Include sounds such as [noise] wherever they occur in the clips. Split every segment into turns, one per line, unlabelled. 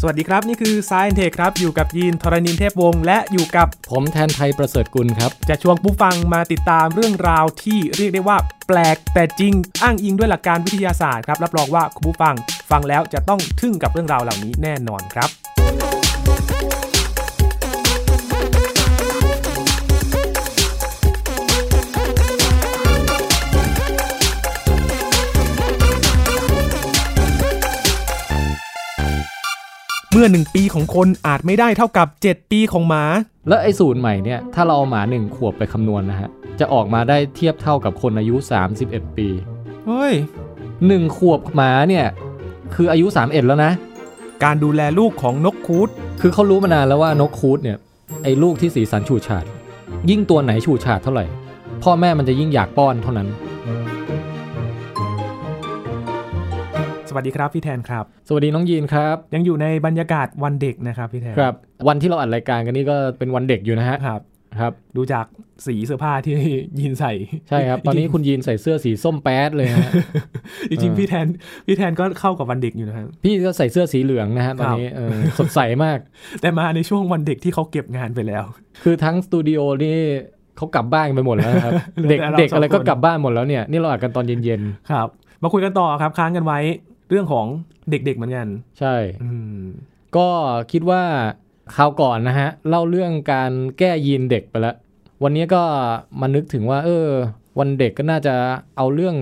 สวัสดีครับ นี่คือ Science Tech ครับ อยู่กับยีนทรณินเทพวงศ์และอยู่กับ
ผมแทนไทยประเสริฐกุลครับ
จะชวนผู้ฟังมาติดตามเรื่องราวที่เรียกได้ว่า แปลกแต่จริง อ้างอิงด้วยหลักการวิทยาศาสตร์ครับรับรองว่าคุณผู้ฟังฟังแล้วจะต้องทึ่งกับเรื่องราวเหล่านี้แน่นอนครับ เมื่อ 1 ปีของคนอาจไม่ได้เท่ากับ 7 ปีของหมา
แล้วไอ้สูตรใหม่เนี่ย ถ้าเราเอาหมา 1 ขวบไปคำนวณนะฮะ จะออกมาได้เทียบเท่ากับคนอายุ 31 ปี
เฮ้ย
1 ขวบหมาเนี่ย คืออายุ 31 แล้วนะ
การดูแลลูกของนกคูด
คือเขารู้มานานแล้วว่านกคูดเนี่ย ไอ้ลูกที่สีสันฉูดฉาด ยิ่งตัวไหนฉูดฉาดเท่าไหร่ พ่อแม่มันจะยิ่งอยากป้อนเท่านั้น
สวัสดีครับพี่แทนครับ
สวัสดีน้องยีนครับ
ยังอยู่ในบรรยากาศวันเด็กนะครับพี่แทน
ครับ วันที่เราอัดรายการกันนี่ก็เป็นวันเด็กอยู่นะฮะ
ครับ
ครับ
ดูจากสีเสื้อผ้าที่ [laughs] ยินใส่
ใช่ครับ ตอนนี้คุณยีนใส่เสื้อสีส้มแป๊ดเลยฮะ
จริง
เอ
ๆ
อ
พี่แทนพี่แทนก็เข้ากับวันเด็กอยู่นะครับ
พี่ก็ใส่เสื้อสีเหลืองนะฮะตอนนี้เออสดใสมาก
แต่มาในช่วงวันเด็กที่เขาเก็บงานไปแล้ว
คือทั้งสตูดิโอนี่เขากลับบ้านไปหมดแล้วนะครับ
เหลือ
เด็ก
แต่เรา
เด็ก
สอง
อะไร
ค
ก็
น
กลับบ้านหมดแล้วเนี่ยนี่เราอัดกันตอนเย็น
ครับ มาคุยกันต่อครับค้างกันไว้เรื่องของเด็กๆเหมือนกัน
ๆ ใช่
อืม
ก็คิดว่าคราวก่อนนะฮะ เล่าเรื่องการแก้ยีนเด็กไปแล้ว วันนี้ก็มานึกถึงว่า เออ วันเด็กก็น่าจะเอาเรื่อง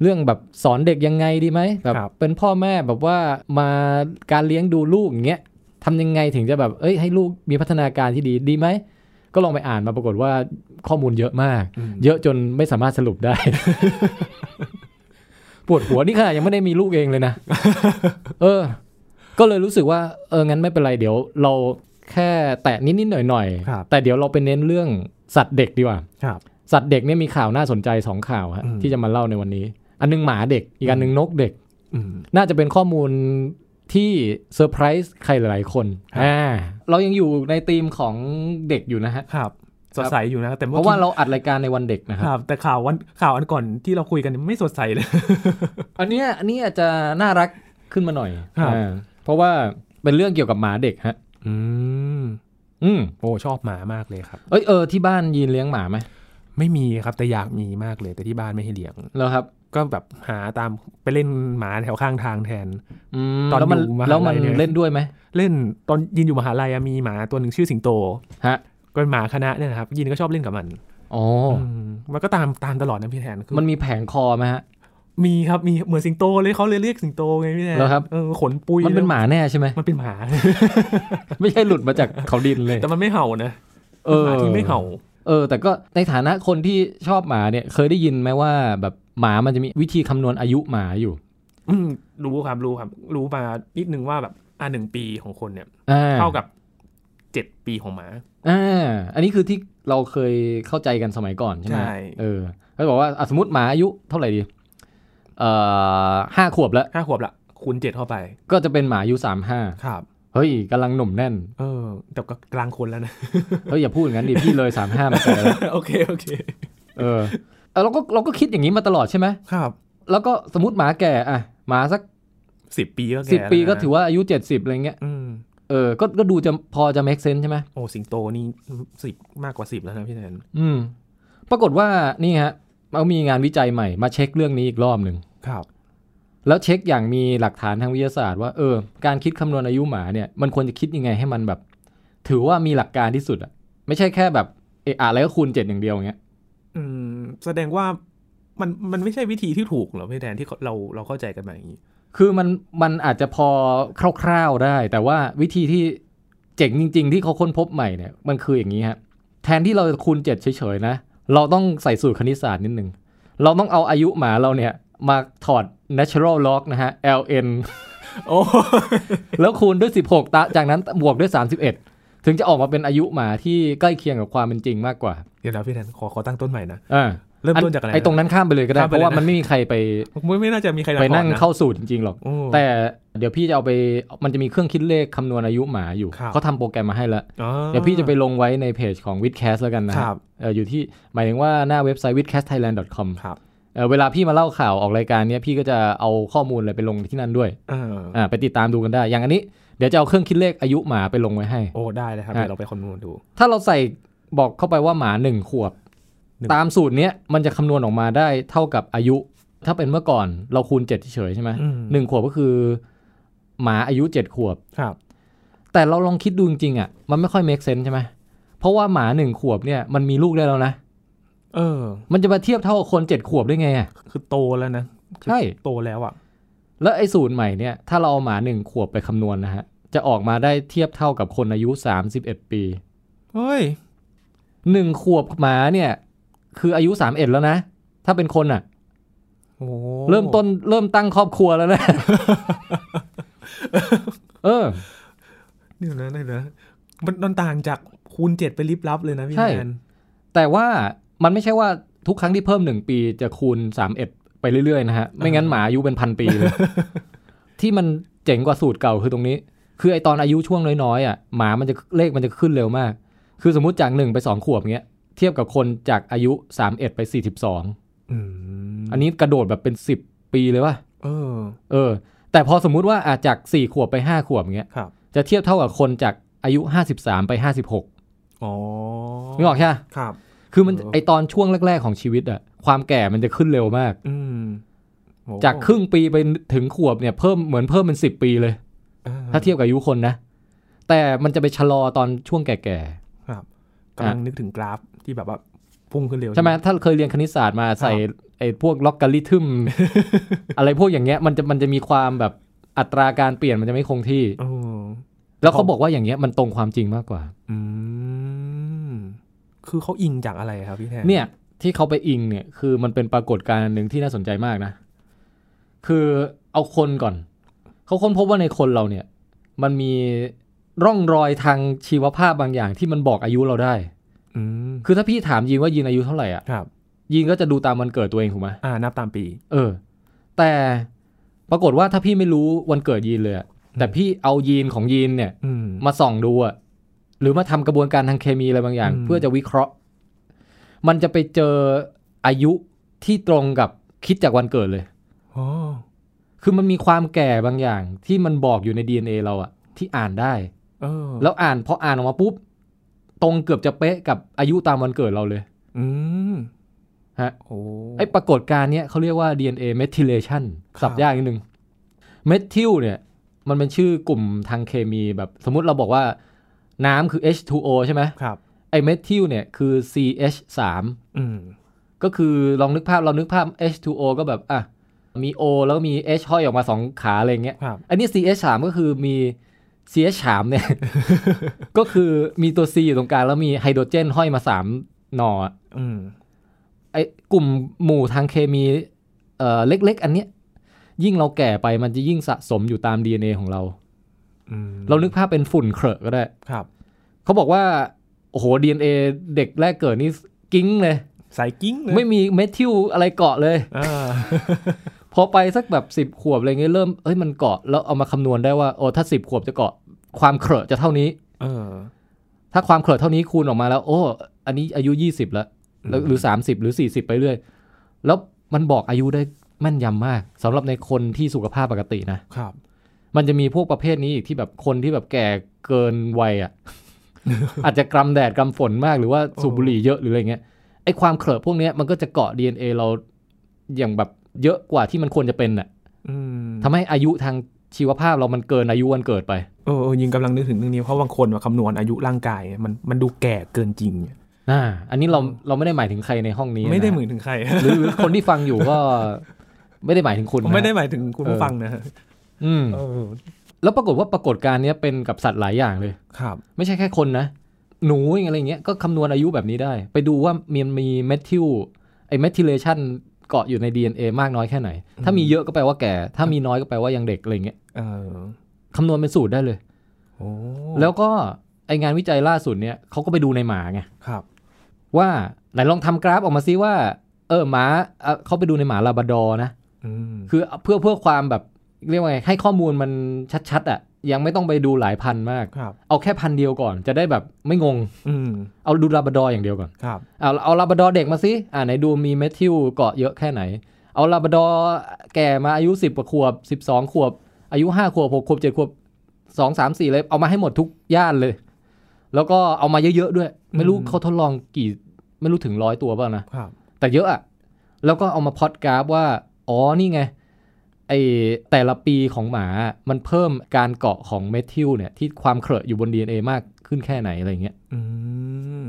เรื่องแบบสอนเด็กยังไงดีไหมแบบเป็นพ่อแม่แบบว่ามาการเลี้ยงดูลูกอย่างเงี้ยทำยังไงถึงจะแบบเอ้ยให้ลูกมีพัฒนาการที่ดีดีไหม ก็ลองไปอ่านมาปรากฏว่าข้อมูลเยอะมาก
อืม
เยอะจนไม่สามารถสรุปได้ [laughs] ปวดหัวนี่ค่ะ ยังไม่ได้มีลูกเองเลยนะ
[laughs]
เออ ก็เลยรู้สึกว่า เอองั้นไม่เป็นไรเดี๋ยว เราแค่แตะนิดๆหน่อย
ครับ
ๆแต่เดี๋ยวเราไปเน้นเรื่องสัตว์เด็กดีกว่า
ครับ
สัตว์เด็กเนี่ยมีข่าวน่าสนใจสองข่าวฮะ
อืม
ที่จะมาเล่าในวันนี้ อันหนึงหมาเด็ก อีกอันหนึงนกเด็ก
อืม
น่าจะเป็นข้อมูลที่เซอร์ไพรส์ใครหลายๆคน
ครับ
อ่าเรายังอยู่ในธีมของเด็กอยู่นะฮะ
ครับสดใสอยู่นะครับแต่
เพ
เมื่อ
ราะว่า
กี้
เราอัดรายการในวันเด็กนะ
ค
ค
รับ รับ แต่ข่าววันข่าวอันก่อนที่เราคุยกันไม่สดใสเลย
อันเนี้ยอันนี้อาจจะน่ารักขึ้นมาหน่อย
ครับ
อ่าเพราะว่าเป็นเรื่องเกี่ยวกับหมาเด็กฮะ
อืม
อืม
โอ้ชอบหมามากเลยครับ
เอ้ยเออที่บ้านยีนเลี้ยงหมาไหม
ไม่มีครับแต่อยากมีมากเลยแต่ที่บ้านไม่ให้เลี้ยง
แล้วครับ
ก็แบบหาตามไปเล่นหมาแถวข้างทางแทน
อืม
ตอน
แล้วมัน
อยู่มหาลัย
แล้วมัน
เนี่ย
เล่นด้วยไหม
เล่นตอนยินอยู่มหาลัยอะมีหมาตัวหนึ่งชื่อสิงโต
ฮะ
ก็เป็นหมาคณะเนี่ยนะครับยินก็ชอบเล่นกับมัน
อ๋อ
อืมมันก็ตามตามตลอดนะพี่แทนคือ
มันมีแผงคอไหมฮะ
มีครับมีเหมือนสิงโตเลยเขาเลยเรียกสิงโตไงพี่แทน
เหรอครับ
เออขนปุย
มันเป็นหมาแน่ใช่ไหม [laughs]
มันเป็นหมา
ไม่ใช่หลุดมาจากเขาดินเลย
แต่มันไม่เห่านะ
เออ
หมาที่ไม่เห่า
เออ แต่ก็ในฐานะคนที่ชอบหมาเนี่ยเคยได้ยินไหมว่าแบบหมามันจะมีวิธีคำนวณอายุหมาอยู่
อืมรู้ครับรู้ครับ รู้มานิดนึงว่าแบบอ่าหนึ่งปีของคนเนี่ย
อ่า
เท่ากับเจ็ดปีของหมา
อ่าอันนี้คือที่เราเคยเข้าใจกันสมัยก่อนใช่ไหม
ใช่
เออเขาจะบอกว่าอ่ะสมมติหมาอายุเท่าไหร่ดี เอ่อห้าขวบแล้ว
ห้าขวบละคูณเจ็ดเข้าไป
ก็จะเป็นหมาอายุสามห้า
ครับ
เฮ้ยกำลังหนุ่มแน่น
เออ แต่ก็กลางคนแล้ว
[laughs]
นะ
เฮ้ย อย่าพูดอย่างนั้นดิ พี่เลยสามห้ามาเจอแล้ว
โอเคโอเค
เออเออเราก็เราก็คิดอย่างนี้มาตลอดใช่ไหม
ครับ
แล้วก็สมมติหมาแก่อะหมาสัก
สิบปีก็แก่
สิบปีก็
แล้วนะ
ถือว่าอายุเจ็ดสิบอะไรเงี้ย
อืม
เออก็ก็ดูจะพอจะ make sense ใช่ไหม
โอ้สิงโตนี่สิบมากกว่าสิบแล้วนะพี่แทน
อืม ปรากฏว่านี่ฮะเรามีงานวิจัยใหม่มาเช็คเรื่องนี้อีกรอบหนึ่ง
ครับ
แล้วเช็คอย่างมีหลักฐานทางวิทยาศาสตร์ว่าเออการคิดคำนวณอายุหมาเนี่ยมันควรจะคิดยังไงให้มันแบบ ถือว่ามีหลักการที่สุดอะไม่ใช่แค่แบบเอะอะอะไรก็คูณเจ็ดอย่างเดียวอย่างเงี้ย
อืมแสดงว่ามันมันไม่ใช่วิธีที่ถูกเหรอพี่แทนที่เราเราเข้าใจกันมาอย่างนี้
คือมันมันอาจจะพอคร่าวๆได้ แต่ว่าวิธีที่เจ๋งจริง ๆ ที่เขาค้นพบใหม่เนี่ยมันคืออย่างนี้ฮะแทนที่เราจะคูณเจ็ดเฉยๆนะเราต้องใส่สูตรคณิตศาสตร์นิดนึงเราต้องเอาอายุหมาเราเนี่ยมาถอด natural log นะฮะ ln
โอ้
แล้วคูณด้วย 16 ตะจากนั้นบวกด้วย 31 ถึงจะออกมาเป็นอายุหมาที่ใกล้เคียงกับความเป็นจริงมากกว่า
[laughs] เดี๋ยวนะพี่แทนขอขอตั้งต้นใหม่นะ
อ่า
เริ่มต้นจากอะไร
ไอ้ตรงนั้นข้ามไปเลยก็ได้
ข้ามไป
เพ
เลย
ราะว่า
นะ
มันไม่มีใครไป
ไม่ไม่น่าจะมีใคร
ไปนั่ง
ก่อะ
เข้าสูตรจริงๆหรอก
โอ้
แต่เดี๋ยวพี่จะเอาไปมันจะมีเครื่องคิดเลขคำนวณอายุหมาอยู่
ครับ
เขาทำโปรแกรมมาให้แล้ว
อ๋อ
เดี๋ยวพี่จะไปลงไว้ในเพจของ w i t c a s t แล้วกันนะครับ เอ่ออยู่ที่หมายถึงว่าหน้าเว็บไซต์ w i t c a s t t h a i l a n d c o m
ครับ
เอ่อเวลาพี่มาเล่าข่าวออกรายการเนี้ยพี่ก็จะเอาข้อมูลอะไรไปลงที่นั่นด้วย
เออ
อ่าไปติดตามดูกันได้ อย่างอันนี้ เดี๋ยวจะเอาเครื่องคิดเลขอายุหมาไปลงไว้ให้
โอ้ได้เลยครับ
อ่ะ
เดี๋ยวเราไปคำนวณดู
ถ้าเราใส่บอกเข้าไปว่าหมาหนึ่งขวบ
หนึ่ง
ตามสูตรเนี้ยมันจะคำนวณออกมาได้เท่ากับอายุ ถ้าเป็นเมื่อก่อนเราคูณเจ็ดเฉยๆใช่ไหม
อืม
หนึ่งขวบก็คือ หมาอายุเจ็ดขวบ
ครับ
แต่เราลองคิดดูจริงๆอ่ะมันไม่ค่อย make sense ใช่ไหมเพราะว่าหมาหนึ่งขวบเนี่ยมันมีลูกได้แล้วนะ
เออ
มันจะมาเทียบเท่ากับคนเจ็ดขวบได้ไงอ่ะ
คือโตแล้วนะ
ใช่
โตแล้วอ่ะ
แล้วไอ้สูตรใหม่เนี่ยถ้าเราเอาหมาหนึ่งขวบไปคำนวณนะฮะจะออกมาได้เทียบเท่ากับคนอายุ 31 ปี
เฮ้ย
หนึ่งขวบหมาเนี่ยคืออายุ 31 แล้วนะ ถ้าเป็นคนอ่ะ
โอ้
เริ่มต้นเริ่มตั้งครอบครัวแล้วนะ
[laughs]
เออ
เดี๋ยวนะเดี๋ยวนะมันมันต่างจากคูณเจ็ดไปลิบลับเลยนะพี่
ใช่
แมน
แต่ว่ามันไม่ใช่ว่าทุกครั้งที่เพิ่มหนึ่งปีจะคูณสามเอ็ดไปเรื่อยๆนะฮะ ไม่งั้นหมาอายุเป็นพันปีเลย
[laughs]
ที่มันเจ๋งกว่าสูตรเก่าคือตรงนี้ คือไอตอนอายุช่วงน้อยๆอ่ะหมามันจะเลขมันจะขึ้นเร็วมาก คือสมมติจากหนึ่งไปสองขวบเงี้ยเทียบกับคนจากอายุสามเอ็ดไปสี่สิบสอง
อืม
อันนี้กระโดดแบบเป็นสิบปีเลยว่ะ
เออ
เออ แต่พอสมมุติว่าอาจจากสี่ขวบไปห้าขวบเงี้ย
ครับ
จะเทียบเท่ากับคนจากอายุห้าสิบสามไปห้าสิบหก
อ๋อ
นึกออกใช่ปะ
ครับ
คือมัน
เออ
ไอตอนช่วงแรก ๆของชีวิตอ่ะความแก่มันจะขึ้นเร็วมาก
อืมโอ้
จากครึ่งปีไปถึงขวบเนี่ยเพิ่มเหมือนเพิ่มเป็นสิบปีเลย
ออ
ถ้าเทียบกับอายุคนนะ แต่มันจะไปชะลอตอนช่วงแก่
กำลังนึกถึงกราฟที่แบบว่าพุ่งขึ้นเร็ว
ๆ ใช่ไหมถ้าเคยเรียนคณิตศาสตร์มาใส่ไอ้พวกล็อกกริทึ
[laughs]
ม อะไรพวกอย่างเงี้ยมันจะมันจะมีความแบบอัตราการเปลี่ยนมันจะไม่คงที่
เออ
แล้วเขาบอกว่าอย่างเงี้ยมันตรงความจริงมากกว่า
อืมคือเขาอิงจากอะไรครับพี่แทน
เนี่ยที่เขาไปอิงเนี่ยคือมันเป็นปรากฏการณ์อันหนึ่งที่น่าสนใจมากนะ คือเอาคนก่อน เขาค้นพบว่าในคนเราเนี่ย มันมีร่องรอยทางชีวภาพบางอย่างที่มันบอกอายุเราได้
อืม
คือถ้าพี่ถามยีนว่ายีนอายุเท่าไหร่อ่ะ
ครับ
ยีนก็จะดูตามวันเกิดตัวเองถูกไหม
อ่านับตามปี
เออ แต่ปรากฏว่าถ้าพี่ไม่รู้วันเกิดยีนเลยอะแต่พี่เอายีนของยีนเนี่ย
อืม
มาส่องดูอะหรือมาทำกระบวนการทางเคมีอะไรบางอย่าง
อืม
เพื่อจะวิเคราะห์ มันจะไปเจออายุที่ตรงกับคิดจากวันเกิดเลย
อ๋อ
คือมันมีความแก่บางอย่าง ที่มันบอกอยู่ใน DNA เราอะที่อ่านได้
เออ
แล้วอ่านพออ่านออกมาปุ๊บ ตรงเกือบจะเป๊ะกับอายุตามวันเกิดเราเลย
อืม
ฮะ
โอ้
ไอ้ปรากฏการณ์เนี้ยเขาเรียกว่า DNA methylation
ครับ
สับยากนิดนึง methyl เนี่ย มันเป็นชื่อกลุ่มทางเคมีแบบ สมมติเราบอกว่าน้ำคือ H2O ใช่ไหม
ครับ
ไอเมทิลเนี่ยคือ CH3
อืม
ก็คือลองนึกภาพเรานึกภาพ H2O ก็แบบอ่ะมี O แล้วก็มี H ห้อยออกมาสองขาอะไรเงี้ย
ครับ
อันนี้ CH3 ก็คือมี CH3 เนี่ย [laughs] ก็คือมีตัว C อยู่ตรงกลางแล้วมีไฮโดรเจนห้อยมา 3 หน่ออะ
อืม
ไอกลุ่มหมู่ทางเคมีเอ่อเล็กๆ อันเนี้ยยิ่งเราแก่ไปมันจะยิ่งสะสมอยู่ตาม DNA ของเรา
อืม
เรานึกภาพเป็นฝุ่นเครอะก็ได้
ครับ
เขาบอกว่า โอ้โห DNA เด็กแรกเกิดนี่กิ้งเลย
สายกิ้งเลย
ไม่มีเมทิลอะไรเกาะเลย
อ่า
พอไปสักแบบสิบขวบอะไรเงี้ยเริ่มเอ้ยมันเกาะแล้วเอามาคำนวณได้ว่าโอ้ถ้าสิบขวบจะเกาะความเครอะจะเท่านี้
เออ
ถ้าความเครอะเท่านี้คูณออกมาแล้ว โอ้อันนี้อายุยี่สิบแล้วแล้ว หรือสามสิบหรือสี่สิบไปเรื่อย แล้วมันบอกอายุได้แม่นยำมากสำหรับในคนที่สุขภาพปกตินะครับ มันจะมีพวกประเภทนี้อีกที่แบบคนที่แบบแก่เกินวัยอ่ะ
[laughs]
อาจจะกรำแดดกรำฝนมากหรือว่าสูบบุหรี่เยอะหรืออะไรเงี้ยไอ้ความเครอะพวกเนี้ยมันก็จะเกาะ DNA เราอย่างแบบเยอะกว่าที่มันควรจะเป็นอ่ะ
อืม
ทำให้อายุทางชีวภาพเรามันเกินอายุวันเกิดไป
เออเออยิงกำลังนึกถึงเรื่องนี้เพราะบางคนมาคำนวณอายุร่างกาย มันมันดูแก่เกินจริง
อ่าอันนี้เราเราไม่ได้หมายถึงใครในห้องนี้นะ
ไม่ได้เหมือนถึงใคร [laughs]
หรือหรือคนที่ฟังอยู่ก็ ไม่ได้หมายถึงคุณนะ
ไม่ได้หมายถึงคุณผู้
เออ
ฟังนะฮะ
อืม
เออ
แล้วปรากฏว่าปรากฏการณ์เนี้ยเป็นกับสัตว์หลายอย่างเลย
ครับ
ไม่ใช่แค่คนนะ หนูอย่างอะไรเงี้ยก็คำนวณอายุแบบนี้ได้ ไปดูว่ามันมีเมทิลไอเมทิเลชันเกาะอยู่ใน DNA มากน้อยแค่ไหน ถ้ามีเยอะก็แปลว่าแก่ ถ้ามีน้อยก็แปลว่ายังเด็กอะไรเงี้ย
เออ
คำนวณเป็นสูตรได้เลย
โอ้
แล้วก็ไองานวิจัยล่าสุดเนี่ยเขาก็ไปดูในหมาไง
ครับ
ว่าไหนลองทำกราฟออกมาซิว่า เออหมาเอ่อเขาไปดูในหมาลาบราดอร์นะ
อืม
คือเพื่อเพื่อความแบบเรียกว่าไงให้ข้อมูลมันชัดๆอ่ะ ยังไม่ต้องไปดูหลายพันมาก
ครับ
เอาแค่พันเดียวก่อน จะได้แบบไม่งง
อืม
เอาดูลาบราดอร์อย่างเดียวก่อน
ครับ
เอาเอาลาบราดอร์เด็กมาสิ อ่าไหนดูมีเมทิลเกาะเยอะแค่ไหน เอาลาบราดอร์แก่มาอายุ 10กว่าขวบ 12 ขวบ อายุ 5 ขวบ 6 ขวบ 7 ขวบ 2 3 4 เลย เอามาให้หมดทุกย่านเลย แล้วก็เอามาเยอะๆด้วย ไม่รู้
อืม
เขาทดลองกี่ ไม่รู้ถึงร้อยตัวเปล่านะ
ครับ
แต่เยอะอะ แล้วก็เอามาพอดกราฟว่า อ๋อ นี่ไง ไอแต่ละปีของหมา มันเพิ่มการเกาะของเมทิลเนี่ย ที่ความเคลอะอยู่บน DNA มากขึ้นแค่ไหนอะไรเงี้ย
อืม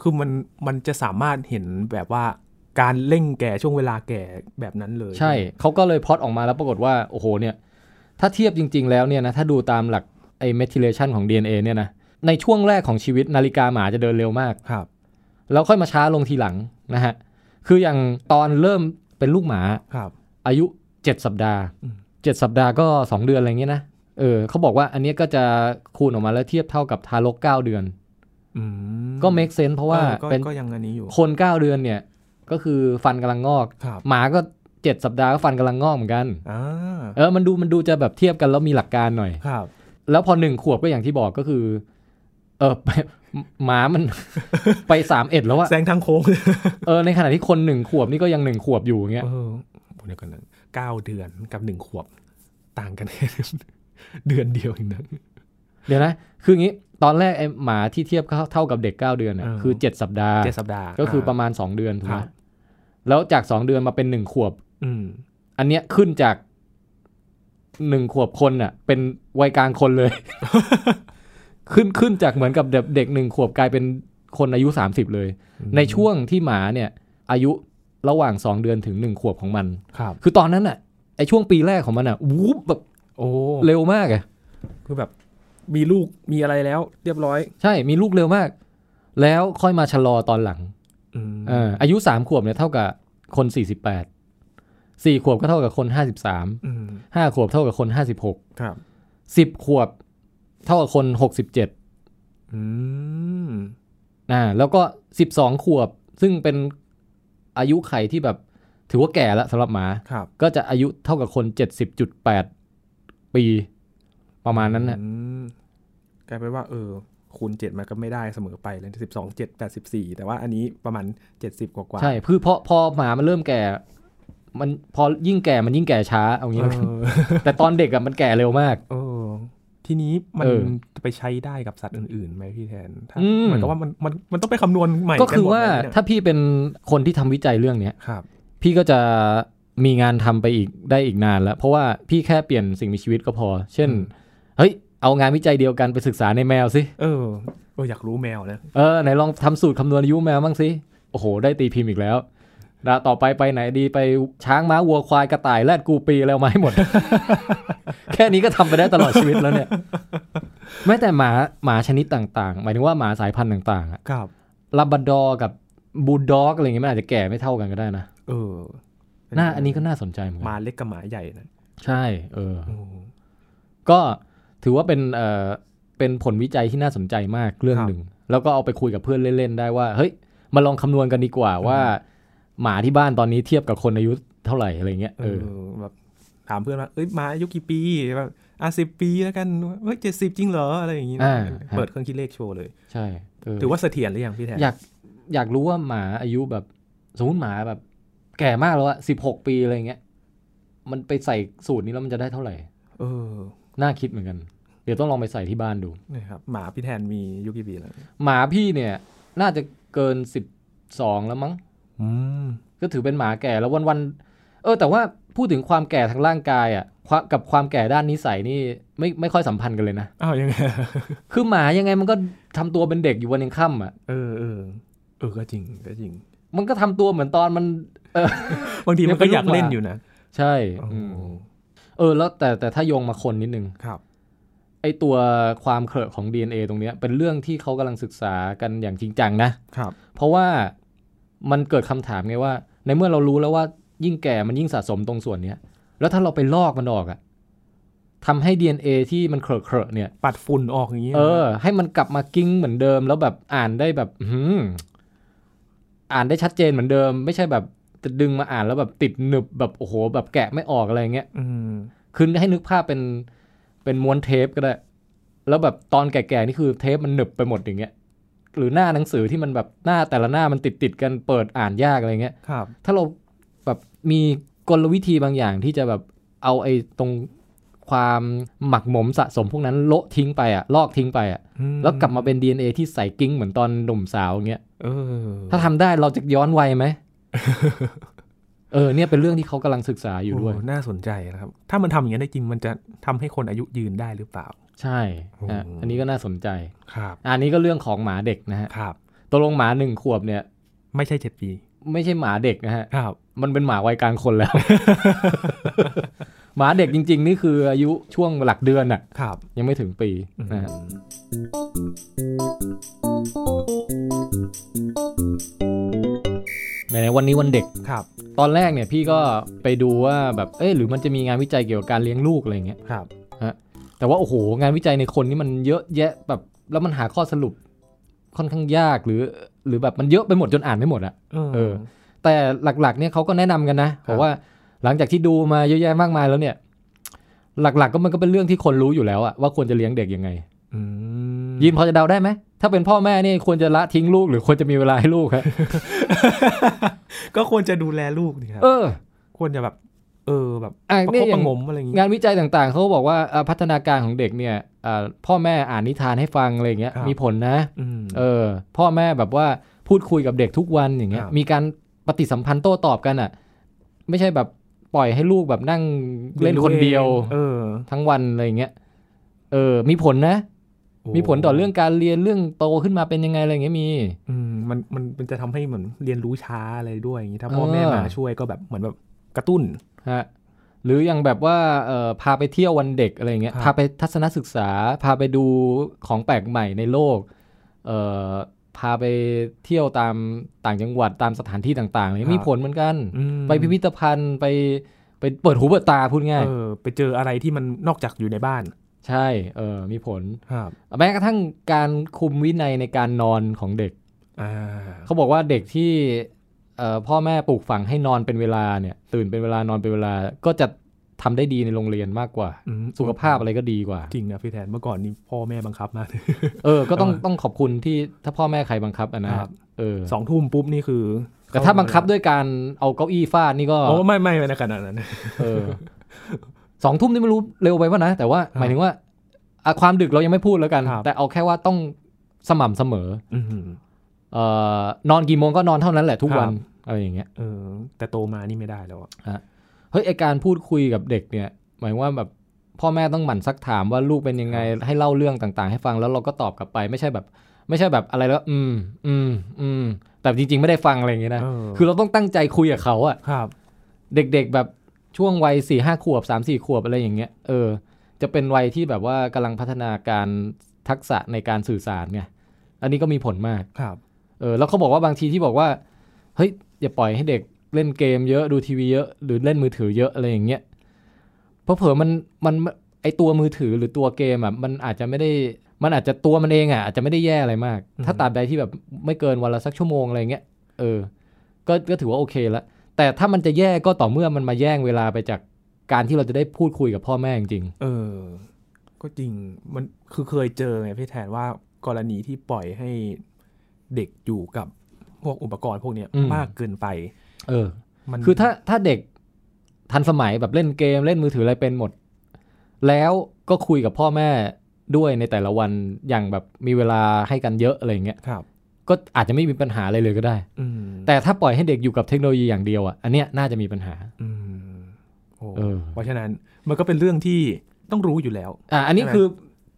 คือมันมันจะสามารถเห็นแบบว่าการเร่งแก่ช่วงเวลาแก่แบบนั้นเลย
ใช่ เขาก็เลยพอดออกมาแล้วปรากฏว่า โอ้โห เนี่ย ถ้าเทียบจริง ๆ แล้วเนี่ยนะ ถ้าดูตามหลักไอเมทิเลชันของ DNA เนี่ยนะ ในช่วงแรกของชีวิตนาฬิกาหมาจะเดินเร็วมาก
ครับ
แล้วค่อยมาช้าลงทีหลังนะฮะ คืออย่างตอนเริ่มเป็นลูกหมา
ครับ
อายุ 7 สัปดาห์
อืม
7 สัปดาห์ก็ 2 เดือนอะไรเงี้ยนะ เออเขาบอกว่าอันเนี้ยก็จะคูณออกมาแล้วเทียบเท่ากับทารก 9 เดือน
อืม
ก็ make sense เพราะว่า
ออก็
เป็น
ก็ยังอันนี้อยู่
คน 9 เดือนเนี่ย ก็คือฟันกำลังงอก
ครับ
หมาก็ 7 สัปดาห์ก็ฟันกำลังงอกเหมือนกัน
อ่า
เออ มันดูมันดูจะแบบเทียบกันแล้วมีหลักการหน่อย
ครับ
แล้วพอหนึ่งขวบก็อย่างที่บอกก็คือ เออ [laughs] ไปหมามัน [laughs] ไปสามเอ็ดแล้วอะ
แซงทางโค้ง
เออในขณะที่คนหนึ่งขวบนี่ก็ยังหนึ่งขวบอยู่อย่างเงี้ย
เออผมเดียวกันนะเก้าเดือนกับหนึ่งขวบ ต่างกันแค่ [laughs] เดือนเดียวเองนะ
เดี๋ยวนะ คืออย่างงี้ ตอนแรกไอ้หมาที่เทียบเข้าเท่ากับเด็ก 9 เดือนน่ะ
เออ
คือ 7 สัปดาห์
เจ็ดสัปดาห์
ก็คืออา ประมาณ 2 เดือนถูกไห
ค
ม
รับ
แล้วจาก 2 เดือนมาเป็น 1 ขวบ
อืม
อันเนี้ยขึ้นจาก 1 ขวบคนน่ะ เป็นวัยกลางคนเลย [laughs] ขึ้นขึ้นจากเหมือนกับเด็กเด็กหนึ่งขวบกลายเป็นคนอายุ 30 เลย ในช่วงที่หมาเนี่ย อายุระหว่าง 2 เดือนถึง 1 ขวบของมัน
ครับ
คือตอนนั้นน่ะไอช่วงปีแรกของมันน่ะวูบแบบ
โอ้
เร็วมากอะ
คือแบบมีลูกมีอะไรแล้ว เรียบร้อย
ใช่ มีลูกเร็วมาก แล้วค่อยมาชะลอตอนหลัง
อืม
เอออายุสามขวบเนี่ยเท่ากับคนสี่สิบแปดสี่ขวบก็เท่ากับคนห้าสิบสาม
อืม
ห้าขวบเท่ากับคนห้าสิบหก
ครับ
สิบขวบเท่ากับคนหกสิบเจ็ด
อืม
อ่าแล้วก็สิบสองขวบ ซึ่งเป็นอายุไขที่แบบ ถือว่าแก่แล้วสำหรับหมา
ครับ
ก็จะอายุเท่ากับคนเจ็ดสิบจุดแปดปี ประมาณนั้นนะ
อืมกลายเป็นว่า เออ คูณเจ็ดมันก็ไม่ได้เสมอไปเลยสิบสองเจ็ดแปดสิบสี่แต่ว่าอันนี้ประมาณเจ็ดสิบกว่าๆ
ใช่คือพอพอหมามันเริ่มแก่ มันพอยิ่งแก่มันยิ่งแก่ช้าเอางี้
เอ
แล้วกัน
อ
[laughs] แต่ตอนเด็กอะมันแก่เร็วมาก
เออทีนี้มัน
เออ
จะไปใช้ได้กับสัตว์อื่นๆไหมพี่แทนถ้า
อืม
เหมือนกับว่ามันมันมันต้องไปคำนวณใหม่
ก็คื
ห
อ
มด
ว่า
ไหมเนี่ย
ถ้าพี่เป็นคนที่ทำวิจัยเรื่องเนี้ย
ครับ
พี่ก็จะมีงานทำไปอีกได้อีกนานแล้ว เพราะว่าพี่แค่เปลี่ยนสิ่งมีชีวิตก็พอ เช่น เฮ้ย เอางานวิจัยเดียวกันไปศึกษาในแมวสิ
เออเอออยากรู้แมวนะ
เออ ไหนลองทำสูตรคำนวณอายุแมวบ้างสิ โอ้โห ได้ตีพิมพ์อีกแล้วแล้วต่อไปไปไหนดีไปช้างม้าวัวควายกระต่ายแรดกูปีแล้วมาให้หมด [laughs] แค่นี้ก็ทำไปได้ตลอดชีวิตแล้วเนี่ย แม้แต่หมาหมาชนิดต่างๆ หมายถึงว่าหมาสายพันธุ์ต่างๆอะ
ครับ
ลาบราดอร์กับบูลด็อกอะไรอย่างเงี้ยมันอาจจะแก่ไม่เท่ากันก็ได้นะ
เออเป็
หน้าอันนี้ก็น่าสนใจเหมือนกั
มาน เล็กกับหมาใหญ่นะ
ใช่ เออ
โอ้
ก็ถือว่าเป็นเอ่อเป็นผลวิจัยที่น่าสนใจมากเรื่องหนึ่ง แล้วก็เอาไปคุยกับเพื่อนเล่น ๆ ได้ว่า เฮ้ย มาลองคำนวณกันดีกว่าว่า หมาที่บ้านตอนนี้เทียบกับคนอายุเท่าไหร่อะไรเงี้ย
เอ
เออ
อแบบถามเพื่อนว่าเอ้ยหมาอายุกี่ปีแบบอ่ะสิบปีแล้วกันเฮ้ยเจ็ดสิบจริงเหรออะไรอย่างงี้นะ
อ่า
เปิดเครื่องคิดเลขโชว์เลย
ใช่เออ
ถือว่าเสถียรหรือยังพี่แทน
อยากอยากรู้ว่าหมาอายุแบบสมมติหมาแบบ แก่มากแล้วอะสิบหกปีอะไรเงี้ยมันไปใส่สูตรนี้แล้วมันจะได้เท่าไหร่
เออ
น่าคิดเหมือนกัน เดี๋ยวต้องลองไปใส่ที่บ้านดู
นะครับหมาพี่แทนมีอายุกี่ปีแล้ว
หมาพี่เนี่ย น่าจะเกินสิบสองแล้วมั้ง
อืม
ก็ถือเป็นหมาแก่แล้ววันวันๆเออ แต่ว่าพูดถึงความแก่ทางร่างกายอะ่ะความกับความแก่ด้านนิสัยนี่ไม่ไม่ค่อยสัมพันธ์กันเลยนะ
อ้าวยังไง
คือหมายังไงมันก็ทำตัวเป็นเด็กอยู่วันยังค่ำอะ่ะ
เออเออเออก็จริงก็จริง
มันก็ทำตัวเหมือนตอนมัน
บางที
ยั
มั
ง
น
เป็
ก็
น
อยาก
ลูกหมา
เล่นอยู่นะ
ใช่
โอ้
อืมเออ แล้วแต่แต่ถ้าโยงมาคนนิดนึง
ครับ
ไอตัวความเคลอะของ DNA ตรงเนี้ยเป็นเรื่องที่เขากำลังศึกษากันอย่างจริงจังนะ
ครับ
เพราะว่ามันเกิดคำถามไงว่า ในเมื่อเรารู้แล้วว่ายิ่งแก่มันยิ่งสะสมตรงส่วนเนี้ย แล้วถ้าเราไปลอกมันออกอะทำให้ DNA ที่มันเคลอะๆเนี่ย
ปัดฝุ่นออกอย่างนี้ย
เออ ให้มันกลับมากิ้งเหมือนเดิม แล้วแบบอ่านได้แบบอื้อหืออ่านได้ชัดเจนเหมือนเดิม ไม่ใช่แบบจะดึงมาอ่านแล้วแบบติดหนึบแบบโอ้โห แบบแกะไม่ออกอะไรเงี้ย
อืม
คือให้นึกภาพเป็น เป็นม้วนเทปก็ได้ แล้วแบบตอนแก่ๆนี่คือเทปมันหนึบไปหมดอย่างเงี้ย หรือหน้าหนังสือที่มันแบบหน้าแต่ละหน้ามันติดติดๆกันเปิดอ่านยากอะไรเงี้ย
ครับ
ถ้าเราแบบมีกลวิธีบางอย่างที่จะแบบเอาไอ้ตรงความหมักหมมสะสมพวกนั้นโละทิ้งไปอะลอกทิ้งไปอะแล้วกลับมาเป็น DNA ที่ใส่กิ้งเหมือนตอนหนุ่มสาวอย่างเงี้ย
เออ
ถ้าทำได้เราจะย้อนวัย
[laughs]
ไหม เออเนี่ยเป็นเรื่องที่เขากำลังศึกษาอยู่ด้วย
โน่าสนใจนะครับ ถ้ามันทำอย่างนี้นได้จริงมันจะทำให้คนอายุยืนได้หรือเปล่า
ใช่อ่ะ
โอ้
อันนี้ก็น่าสนใจ
ครับ
อันนี้ก็เรื่องของหมาเด็กนะฮะ
ครับ
ตกลงหมาหนึ่งขวบเนี่ย
ไม่ใช่เจ็ดปี
ไม่ใช่หมาเด็กนะฮะ
ครับ
มันเป็นหมาวัยกลางคนแล้ว [laughs] หมาเด็กจริง ๆ นี่คืออายุช่วงหลักเดือนน่ะ
ครับ
ยังไม่ถึงปีนะฮะไหนๆวันนี้วันเด็ก
ครับ
ตอนแรกเนี่ยพี่ก็ไปดูว่าแบบเอ๊ะหรือมันจะมีงานวิจัยเกี่ยวกับการเลี้ยงลูกอะไรอย่างเงี้ย
ครับ
แต่ว่าโอ้โหงานวิจัยในคนนี่มันเยอะแยะแบบแล้วมันหาข้อสรุปค่อนข้างยากหรือ หรือแบบมันเยอะไปหมดจนอ่านไม่หมดอะ เออ แต่หลักๆเนี่ยเขาก็แนะนำกันนะบอกว่าหลังจากที่ดูมาเยอะแยะมากมายแล้วเนี่ย หลักๆก็มันก็เป็นเรื่องที่คนรู้อยู่แล้วอะว่าควรจะเลี้ยงเด็กยังไง
อืม
ยิมพอจะเดาได้ไหมถ้าเป็นพ่อแม่นี่ควรจะละทิ้งลูกหรือควรจะมีเวลาให้ลูกครับ
ก็ควรจะดูแลลูกนี่ครับ
เออ
ควรจะแบบ เออแบบ
อ่ะ
ประ
เนี่
คบ
ย
ประ
อย่าง
หงมอะไรอย่างงี้
งานวิจัยต่างๆเขาก็บอกว่าอ่ะพัฒนาการของเด็กเนี่ยอ่ะพ่อแม่อ่านนิทานให้ฟังอะไรอย่างเงี้ย
ครับ
มีผลนะ
อืม
เออพ่อแม่แบบว่าพูดคุยกับเด็กทุกวันอย่างเงี้ย
ครับ
มีการปฏิสัมพันธ์โต้ตอบกันอ่ะ ไม่ใช่แบบปล่อยให้ลูกแบบนั่งเล่นคนเดียว
เออ
ทั้งวันอะไรอย่างเงี้ยเออมีผลนะ
โอ้
มีผลต่อเรื่องการเรียนเรื่องโตขึ้นมาเป็นยังไงอะไรอย่างเงี้ยมี
อืมมันมันมันจะทำให้เหมือนเรียนรู้ช้าอะไรด้วยอย่างงี้ถ้าพ่อแม่
เออ
มาช่วยก็แบบเหมือนแบบกระตุ้น
ฮะหรืออย่างแบบว่าเออพาไปเที่ยววันเด็กอะไรอย่างเงี้ย
ครับ
พาไปทัศนศึกษา พาไปดูของแปลกใหม่ในโลกเออพาไปเที่ยวตามต่างจังหวัดตามสถานที่ต่างๆอะไรเงี้ยมีผลเหมือนกัน
อืม
ไปพิพิธภัณฑ์ไปไปเปิดหูเปิดตาพูดง่าย
เออไปเจออะไรที่มันนอกจากอยู่ในบ้าน
ใช่เออมีผล
ครับ
แม้กระทั่งการคุมวินัยในการนอนของเด็ก
อ่า
เขาบอกว่าเด็กที่เอ่อพ่อแม่ปลูกฝังให้นอนเป็นเวลาเนี่ย ตื่นเป็นเวลานอนเป็นเวลาก็จะทำได้ดีในโรงเรียนมากกว่า
อืม
สุขภาพอะไรก็ดีกว่า
จริงนะพี่แทนเมื่อก่อนนี้พ่อแม่บังคับมาก
เออ ก็ต้อง
เออ
ต้องขอบคุณที่ถ้าพ่อแม่ใครบังคับอะนะครับ เออ
สองทุ่มปุ๊บนี่คือ
แต่ถ้าบังคับด้วยการเอาเก้าอี้ฟาดนี่ก็
โอ้ไม่ไม่ไม่ในขนาดนั้น
เออสองทุ่มนี่ไม่รู้เร็วไปป่ะนะ แต่ว่าหมายถึงว่าอ่ะความดึกเรายังไม่พูดแล้วกัน
ครับ
แต่เอาแค่ว่าต้องสม่ำเสมอ
อืม
เอ่อนอนกี่โมงก็นอนเท่านั้นแหละทุก
ครับ
วันอะไรอย่างเงี้ย
เออ แต่โตมานี่ไม่ได้แล้วอะ
เฮ้ยไอการพูดคุยกับเด็กเนี่ย หมายว่าแบบพ่อแม่ต้องหมั่นซักถามว่าลูกเป็นยังไง ให้เล่าเรื่องต่างๆ ให้ฟังแล้วเราก็ตอบกลับไปไม่ใช่แบบ ไม่ใช่แบบอะไรแล้ว อืมอืมอืมแต่จริงๆ ไม่ได้ฟังอะไรอย่างเงี้ยนะ
เออ
คือเราต้องตั้งใจคุยกับเขาอะ
ครับ
เด็กๆแบบช่วงวัยสี่ห้าขวบสามสี่ขวบอะไรอย่างเงี้ยเออ จะเป็นวัยที่แบบว่ากำลังพัฒนาการทักษะในการสื่อสารไงอันนี้ก็มีผลมาก
ครับ
เออแล้วเขาบอกว่าบางทีที่บอกว่าเฮ้ยอย่าปล่อยให้เด็กเล่นเกมเยอะดูทีวีเยอะหรือเล่นมือถือเยอะอะไรอย่างเงี้ยเพราะเผลอๆมันมันไอตัวมือถือหรือตัวเกมอ่ะมันอาจจะไม่ได้มันอาจจะตัวมันเองอ่ะอาจจะไม่ได้แย่อะไรมาก
อืม
ถ้าตราบใดที่แบบไม่เกินวันละสักชั่วโมงอะไรเงี้ยเออก็ก็ถือว่าโอเคละแต่ถ้ามันจะแย่ก็ต่อเมื่อมันมาแย่งเวลาไปจากการที่เราจะได้พูดคุยกับพ่อแม่จริง
เออ ก็จริงมันคือเคยเจอไงพี่แทนว่ากรณีที่ปล่อยให้เด็กอยู่กับพวกอุปกรณ์พวกเนี้ยมากเกินไป
ๆเออ
มัน
คือถ้าถ้าเด็กทันสมัยแบบเล่นเกมเล่นมือถืออะไรเป็นหมด แล้วก็คุยกับพ่อแม่ด้วยในแต่ละวันอย่างแบบมีเวลาให้กันเยอะอะไรอย่างเงี้ย
ครับ
ก็อาจจะไม่มีปัญหาอะไรเลยก็ได้
อืม
แต่ถ้าปล่อยให้เด็กอยู่กับเทคโนโลยีอย่างเดียวอ่ะอันเนี้ยน่าจะมีปัญหา
อืมโอ้
เออ
เพราะฉะนั้นมันก็เป็นเรื่องที่ต้องรู้อยู่แล้ว
อ่ะอันนี้
ใช่ไหม
คือ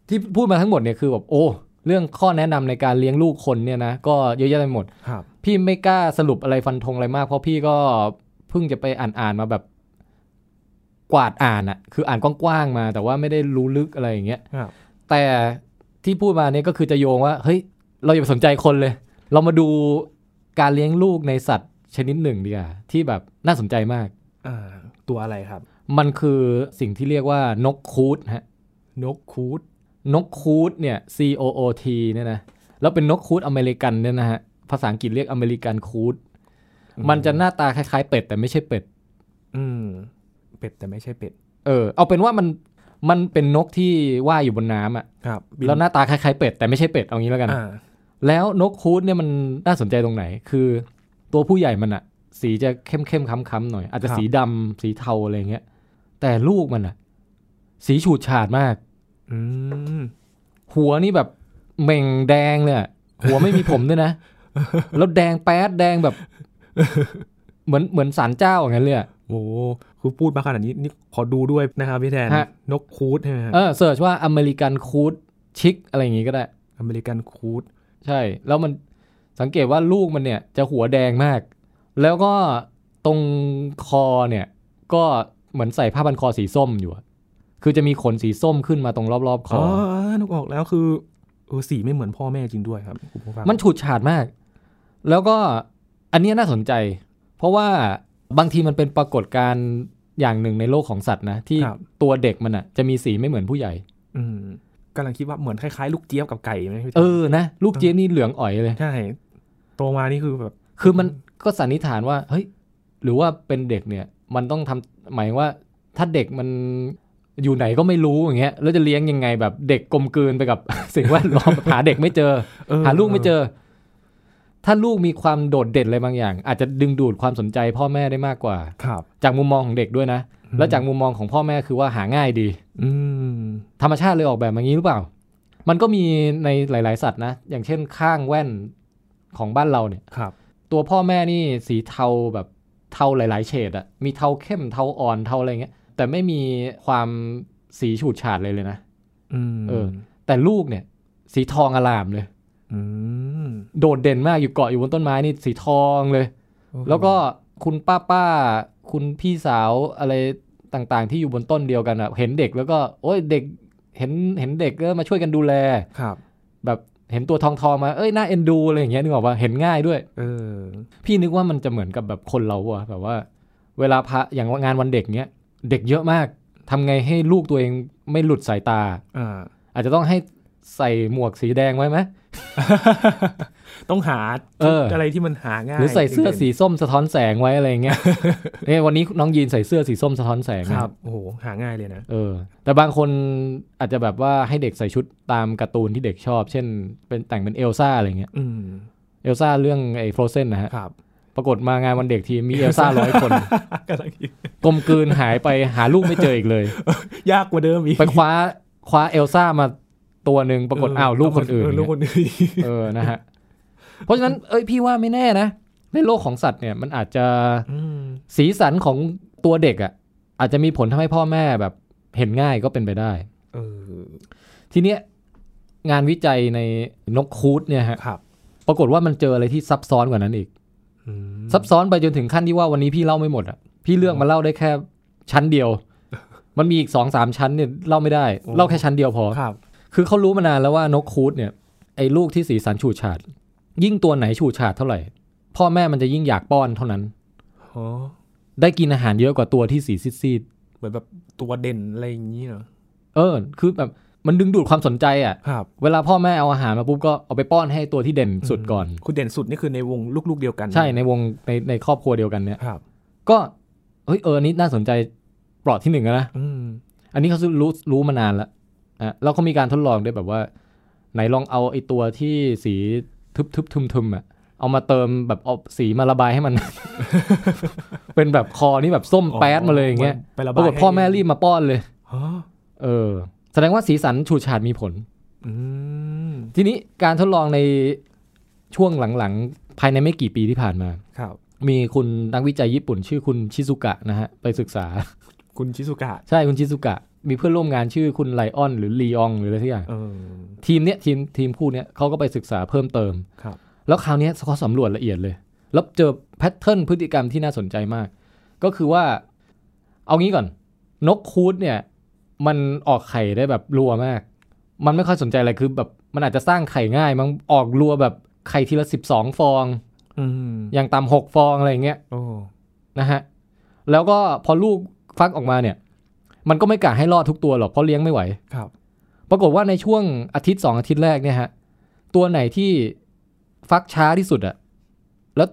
ที่พูดมาทั้งหมดเนี่ยคือแบบโอ้เรื่องข้อแนะนำในการเลี้ยงลูกคนเนี่ยนะก็เยอะแยะไปหมด
ครับ
พี่ไม่กล้าสรุปอะไรฟันธงอะไรมาก เพราะพี่ก็เพิ่งจะไปอ่านอ่านๆมาแบบกวาดอ่านอะคืออ่านกว้างๆมา แต่ว่าไม่ได้รู้ลึกอะไรอย่างเงี้ย
ครับ
แต่ที่พูดมาเนี่ยก็คือจะโยงว่า เฮ้ย เราอย่าไปสนใจคนเลย เรามาดูการเลี้ยงลูกในสัตว์ชนิดหนึ่งดีกว่าที่แบบน่าสนใจมาก
อ่า ตัวอะไรครับ
มันคือสิ่งที่เรียกว่านกคูดฮะ
นกคูด
นกคูดเนี่ย C O O T เนี่ยนะ แล้วเป็นนกคูดอเมริกันเนี่ยนะฮะ ภาษาอังกฤษเรียกอเมริกันคูด มันจะหน้าตาคล้ายๆเป็ดแต่ไม่ใช่เป็ด
อืม เป็ดแต่ไม่ใช่เป็ด
เออ เอาเป็นว่ามัน มันเป็นนกที่ว่ายอยู่บนน้ำอ่ะ
ครับ
แล้วหน้าตาคล้ายๆเป็ดแต่ไม่ใช่เป็ดเอางี้แล้วกัน
อ่า
แล้วนกฮูดเนี่ยมันน่าสนใจตรงไหน คือตัวผู้ใหญ่มันอะสีจะเข้มเข้มๆค้ำๆหน่อย อาจจะสีดำสีเทาอะไรเงี้ย แต่ลูกมันอะสีฉูดฉาดมาก
อืม
หัวนี่แบบเหม่งแดงเลยอะหัวไม่มีผม
[laughs]
ด้วยนะ แล้วแดงแป๊ดแดงแบบ เหมือนเหมือนสารเจ้าอย่างนั้นเลยอะ
โอ้คือพูดมาขนาดนี้นี่ขอดูด้วยนะครับพี่แทน
ฮะ
นกคูดใช่ไหมฮะ
เออเสิร์ชว่าอเมริกันคูดชิกอะไรอย่างงี้ก็ได้
อเมริกันคูด
ใช่ แล้วมันสังเกตว่าลูกมันเนี่ยจะหัวแดงมาก แล้วก็ตรงคอเนี่ย ก็เหมือนใส่ผ้าพันคอสีส้มอยู่อะคือจะมีขนสีส้มขึ้นมาตรงรอบๆค
อ๋
อ
อ
อ
นึกออกแล้วคือเออสีไม่เหมือนพ่อแม่จริงด้วยครับคุณผู้ฟัง
มันฉูดฉาดมาก แล้วก็อันเนี้ยน่าสนใจ เพราะว่าบางทีมันเป็นปรากฏการณ์อย่างหนึ่งในโลกของสัตว์นะ ที่
ครับ
ตัวเด็กมันอ่ะจะมีสีไม่เหมือนผู้ใหญ่
อืมกำลังคิดว่าเหมือนคล้ายๆ ลูกเจี๊ยบกับไก่ไหมพี่แทน
เออนะลูกเจี๊ยบนี่เหลืองอ่อยเลย
ใช่โตมานี่คือแบบ
คือมันก็สันนิษฐานว่าเฮ้ยหรือว่าเป็นเด็กเนี่ย มันต้องทำหมายว่า ถ้าเด็กมันอยู่ไหนก็ไม่รู้อย่างเงี้ยแล้วจะเลี้ยงยังไงแบบเด็กกลมกลืนไปกับ [laughs] สิ่งแวดล้อมหาเด็กไม่เจอ
เออ
หาลูกไม่เจอ ถ้าลูกมีความโดดเด่นอะไรบางอย่าง อาจจะดึงดูดความสนใจพ่อแม่ได้มากกว่า
ครับ
จากมุมมองของเด็กด้วยนะแล้วจากมุมมองของพ่อแม่คือว่าหาง่ายดี
อืม
ธรรมชาติเลยออกแบบมางี้หรือเปล่า มันก็มีในหลาย ๆ สัตว์นะอย่างเช่น ข้างแว่นของบ้านเราเนี่ย
ครับ
ตัวพ่อแม่นี่สีเทาแบบเทาหลาย ๆ เฉดอะมีเทาเข้มเทาอ่อนเทาอะไรเงี้ย แต่ไม่มีความสีฉูดฉาดเลยเลยนะ
อืม
เออ แต่ลูกเนี่ย สีทองอลามเลย
อืม
โดดเด่นมากอยู่เกาะอยู่บนต้นไม้นี่สีทองเลย แล้วก็คุณป้าป้าคุณพี่สาวอะไรต่างๆ ที่อยู่บนต้นเดียวกันอะเห็นเด็กแล้วก็ โอ้ยเด็กเห็นเห็นเด็กก็มาช่วยกันดูแล
ครับ
แบบเห็นตัวทองทองๆมาเอ้ยน่าเอ็นดูอะไรอย่างเงี้ยนึกออกปะเห็นง่ายด้วย
เออ
พี่นึกว่ามันจะเหมือนกับแบบคนเราอะแบบว่า เวลาพระอย่างงานวันเด็กเนี้ยเด็กเยอะมากทำไงให้ลูกตัวเองไม่หลุดสายตา
อ่า
อาจจะต้องให้ใส่หมวกสีแดงไว้ไหม
ต้องหา
เออ
ชุดอะไรที่มันหาง่าย
หรือใส่เสื้อสีส้มสะท้อนแสงไว้อะไรอย่างเงี้ย [laughs] เนี่ยวันนี้น้องยีนใส่เสื้อสีส้มสะท้อนแสงนะครับ
โอ้โห หาง่ายเลยนะ
เออ แต่บางคนอาจจะแบบว่าให้เด็กใส่ชุดตามการ์ตูนที่เด็กชอบ เช่น เป็นแต่งเป็นเอลซ่าอะไรเงี้ย
อืม
เอลซ่าเรื่องไอ้ฟรเซนนะฮะ
ครับ
ปรากฏมางานวันเด็กทีมีเอลซ่าร้อย
[laughs]
คน
กำลังคิด
กลมกลืนหายไปหาลูกไม่เจออีกเลย
[laughs] ยากกว่าเดิมอีก
ไปคว้าคว้าเอลซ่ามาตัวหนึ่งปรากฏอ้าวลูกคนอื่น
เลูกคนอื่นอีก
เออนะฮะเพราะฉะนั้นเอ้ยพี่ว่าไม่แน่นะ ในโลกของสัตว์เนี่ยมันอาจจะ
ม
สีสันของตัวเด็กอะ่ะ อาจจะมีผลทำให้พ่อแม่แบบเห็นง่ายก็เป็นไปได้
เออ
ทีเนี้ยงานวิจัยในนกคูดเนี่ยฮะ
ครับ
ปรากฏว่ามันเจออะไรที่ซับซ้อนกว่านั้นอีก
อืม
ซับซ้อนไปจนถึงขั้นที่ว่าวันนี้พี่เล่าไม่หมดอะ่ะพี่เลือกมาเล่าได้แค่ชั้นเดียว มันมีอีกสองสามชั้นเนี่ยเล่าไม่ได้เล่าแค่ชั้นเดียวพอ
ครับ
คือเขารู้มานานแล้วว่านกคูดเนี่ยไอ้ลูกที่สีสันฉูดฉาด ยิ่งตัวไหนฉูดฉาดเท่าไหร่ พ่อแม่มันจะยิ่งอยากป้อนเท่านั้น
อ๋อ
ได้กินอาหารเยอะกว่าตัวที่สีซีด
เหมือนแบบตัวเด่นอะไรอย่างนี้เนาะ
ๆเออ คือแบบมันดึงดูดความสนใจอะ่ะ
ครับ
เวลาพ่อแม่เอาอาหารมาปุ๊บก็เอาไปป้อนให้ตัวที่เด่นสุดก่อน
คุณเด่นสุดนี่คือในวงลูกๆเดียวกัน
ใช่ในวงในในครอบครัวเดียวกันเนี่ย
ครับ
ก็เฮ้ยเอออนนี้น่าสนใจเปลอดที่หนึ่งแล้วนะ
อืม
อันนี้เขารู้รู้มานานแล้วอ่ะแล้วเขามีการทดลองด้วยแบบว่า ไหนลองเอาไอ้ตัวที่สีทึบทึบทึมทึมอ่ะ เอามาเติมแบบเอาสีมาระบายให้มัน [laughs] เป็นแบบคอนี่แบบส้มแป๊ดมาเลยอย่างเงี้ย
ไประ
ป
บาย
รากฏพ่อแม่รีบมาป้อนเลย
อ๋อ
เออ แสดงว่าสีสันฉูดฉาดมีผล
อืม
ทีนี้การทดลองในช่วงหลังๆ ภายในไม่กี่ปีที่ผ่านมา
ครับ
มีคุณนักวิจัยญี่ปุ่น ชื่อคุณชิซุกะนะฮะไปศึกษา [laughs]
คุณชิซุกะ
ใช่คุณชิซุกะ มีเพื่อนร่วมงานชื่อคุณไลออน หรือลีอองหรืออะไรสักอย่าง
เออ
ทีมเนี้ยทีมทีมคู่เนี้ยเขาก็ไปศึกษาเพิ่มเติม
ครับ
แล้วคราวเนี้ยเขาสำรวจละเอียดเลย แล้วเจอแพทเทิร์นพฤติกรรมที่น่าสนใจมาก ก็คือว่า เอางี้ก่อน นกคูดเนี่ย มันออกไข่ได้แบบรัวมาก มันไม่ค่อยสนใจอะไรคือแบบมันอาจจะสร้างไข่ง่าย มันออกรัวแบบไข่ทีละสิบสองฟอง
อืม
อย่างต่ำหกฟองอะไรอย่างเงี้ย
โอ้
นะฮะ แล้วก็พอลูกฟักออกมาเนี่ย มันก็ไม่กะให้รอดทุกตัวหรอกเพราะเลี้ยงไม่ไหว
ครับ
ปรากฏว่าในช่วงอาทิตย์สองอาทิตย์แรกเนี่ยฮะ ตัวไหนที่ฟักช้าที่สุดอะแล้ว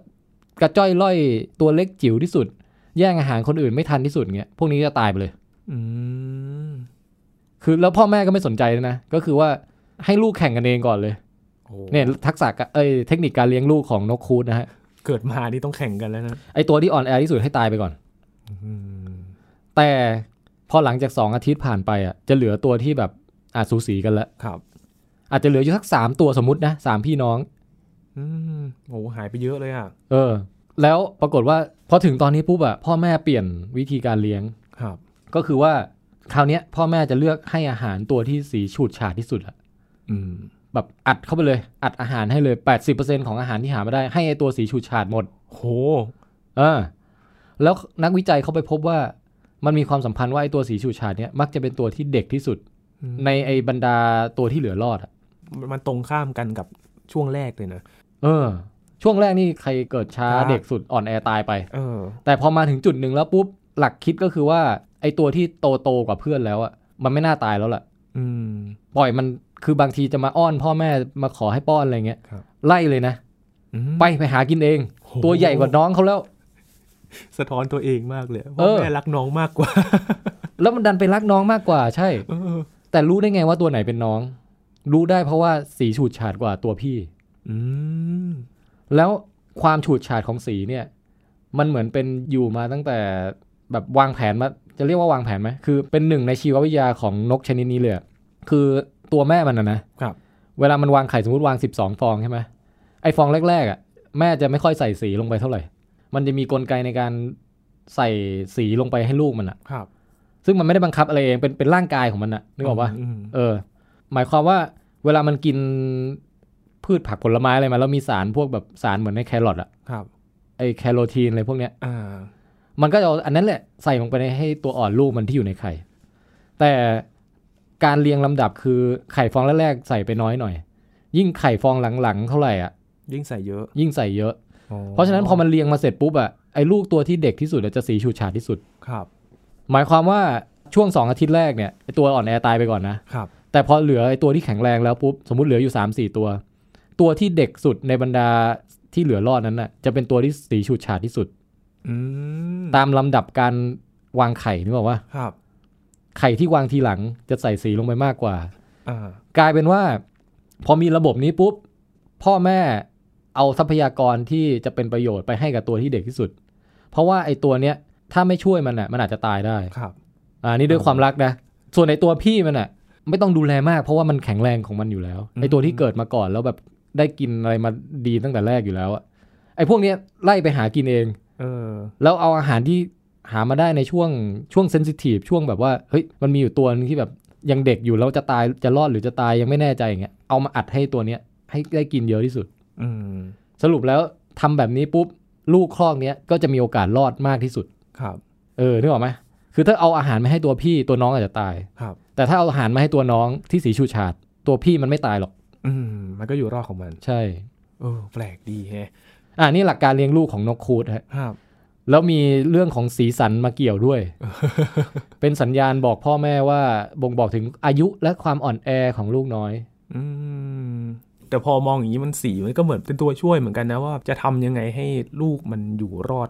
กระจ้อยล่อยตัวเล็กจิ๋วที่สุด แย่งอาหารคนอื่นไม่ทันที่สุดเงี้ยพวกนี้จะตายไปเลย
อืม
คือแล้วพ่อแม่ก็ไม่สนใจนะ ก็คือว่าให้ลูกแข่งกันเองก่อนเลย
โอ้
เนี่ยทักษะกะเอ้ยเทคนิคการเลี้ยงลูกของนกคูดนะฮะ
เกิดมานี่ต้องแข่งกันแล้วนะ
ไอตัวที่อ่อนแอที่สุดให้ตายไปก่อน
อืม
แต่พอหลังจาก 2 อาทิตย์ผ่านไปอ่ะจะเหลือตัวที่แบบอาจสูสีกันละ
ครับ
อาจจะเหลืออยู่สักสามตัวสมมตินะสามพี่น้อง
อืมโอ้หายไปเยอะเลยอ่ะ
เออ แล้วปรากฏว่าพอถึงตอนนี้ปุ๊บอะพ่อแม่เปลี่ยนวิธีการเลี้ยง
ครับ
ก็คือว่าคราวเนี้ยพ่อแม่จะเลือกให้อาหารตัวที่สีฉูดฉาดที่สุดอะ
อืม
แบบอัดเข้าไปเลย อัดอาหารให้เลย 80%ของอาหารที่หามาได้ให้ไอตัวสีฉูดฉาดหมด
โห
เออ แล้วนักวิจัยเขาไปพบว่ามันมีความสัมพันธ์ว่าไอตัวสีฉูดฉาดเนี้ยมักจะเป็นตัวที่เด็กที่สุด
อืม
ในไอบรรดาตัวที่เหลือรอดอะ
มันมันตรงข้ามกันกับช่วงแรกเลยนะ
เออ ช่วงแรกนี่ใครเกิดช้า
ครับ
เด็กสุดอ่อนแอตายไป
เออ
แต่พอมาถึงจุดหนึ่งแล้วปุ๊บ หลักคิดก็คือว่าไอตัวที่โตโตๆกว่าเพื่อนแล้วอ่ะมันไม่น่าตายแล้วล่ะ
อืม
ปล่อยมันคือบางทีจะมาอ้อนพ่อแม่มาขอให้ป้อนอะไรเงี้ย
ครับ
ไล่เลยนะ
อืม
ไปไปหากินเอง
โ
ตัวใหญ่กว่าน้องเขาแล้ว
สะท้อนตัวเองมากเลย
เอ
ว่า
อ
แม่รักน้องมากกว่า
แล้วมันดันไปรักน้องมากกว่าใช่
เออ
แต่รู้ได้ไงว่าตัวไหนเป็นน้อง รู้ได้เพราะว่าสีฉูดฉาดกว่าตัวพี่
อืม
แล้วความฉูดฉาดของสีเนี่ย มันเหมือนเป็นอยู่มาตั้งแต่แบบวางแผนมาจะเรียกว่าวางแผนไหมคือเป็นหนึ่งในชีววิทยาของนกชนิดนี้เลยอะคือตัวแม่มันนะนะ
ครับ
เวลามันวางไข่สมมติวาง 12 ฟองใช่ไหมไอฟองแรกๆอ่ะแม่จะไม่ค่อยใส่สีลงไปเท่าไหร่ มันจะมีกลไกในการใส่สีลงไปให้ลูกมันอ่ะ
ครับ
ซึ่งมันไม่ได้บังคับอะไรเองเป็นเป็นร่างกายของมันอ่ะนึกออกปะ
ม
เออ หมายความว่าเวลามันกินพืชผักผลไม้อะไรมาแล้วมีสารพวกแบบสารเหมือนในแครอทอ่ะ
ครับ
ไอแคโรทีนอะไรพวกเนี้ย
อ่า
มันก็จะเอาอันนั้นแหละใส่ลงไปในให้ตัวอ่อนลูกมันที่อยู่ในไข่ แต่การเรียงลำดับคือไข่ฟองแรกๆใส่ไปน้อยหน่อย ยิ่งไข่ฟองหลังๆเท่าไหร่อ่ะ
ยิ่งใส่เยอะ
ยิ่งใส่เยอะ
อ๋อ
เพราะฉะนั้นพอมันเรียงมาเสร็จปุ๊บอ่ะไอ้ลูกตัวที่เด็กที่สุดอะจะสีฉูดฉาดที่สุด
ครับ
หมายความว่าช่วง 2 อาทิตย์แรกเนี่ยไอ้ตัวอ่อนแอตายไปก่อนนะ
ครับ
แต่พอเหลือไอ้ตัวที่แข็งแรงแล้วปุ๊บสมมติเหลืออยู่ 3 4 ตัว ตัวที่เด็กสุดในบรรดาที่เหลือรอดนั้นน่ะจะเป็นตัวที่สีฉูดฉาดที่สุด
อืม
ตามลำดับการวางไข่นึกออกว่า
ครับ
ไข่ที่วางทีหลังจะใส่สีลงไปมากกว่า
อ่าก
ลายเป็นว่า พอมีระบบนี้ปุ๊บ พ่อแม่เอาทรัพยากรที่จะเป็นประโยชน์ไปให้กับตัวที่เด็กที่สุด เพราะว่าไอ้ตัวเนี้ยถ้าไม่ช่วยมันอ่ะมันอาจจะตายได้
ครับ
อ่านี่ด้วยความรักนะ ส่วนในตัวพี่มันอ่ะ ไม่ต้องดูแลมากเพราะว่ามันแข็งแรงของมันอยู่แล้ว
อืม
ไอ้ตัวที่เกิดมาก่อนแล้วแบบได้กินอะไรมาดีตั้งแต่แรกอยู่แล้วอ่ะไอ้พวกเนี้ยไล่ไปหากินเอง
เออ
แล้วเอาอาหารที่หามาได้ในช่วงช่วงเซนซิทีฟช่วงแบบว่าเฮ้ยมันมีอยู่ตัวนึงที่แบบยังเด็กอยู่แล้วจะตายจะรอดหรือจะตายยังไม่แน่ใจอย่างเงี้ยเอามาอัดให้ตัวเนี้ยให้ได้กินเยอะที่สุด
อืม
สรุปแล้วทำแบบนี้ปุ๊บลูกคลอกเนี้ยก็จะมีโอกาสรอดมากที่สุด
ครับ
เออนึกออกไหมคือถ้าเอาอาหารมาให้ตัวพี่ตัวน้องอาจจะตาย
ครับ
แต่ถ้าเอาอาหารมาให้ตัวน้องที่สีชูชาดตัวพี่มันไม่ตายหรอก
อืมมันก็อยู่รอดของมัน
ใช่
เออแปลกดีแฮะ
อ่านี่หลักการเลี้ยงลูกของนกคูดฮะ
ครับ
แล้วมีเรื่องของสีสันมาเกี่ยวด้วย [laughs] เป็นสัญญาณบอกพ่อแม่ว่าบ่งบอกถึงอายุและความอ่อนแอของลูกน้อย
อืมแต่พอมองอย่างนี้มันสีมันก็เหมือนเป็นตัวช่วยเหมือนกันนะว่าจะทำยังไงให้ลูกมันอยู่รอด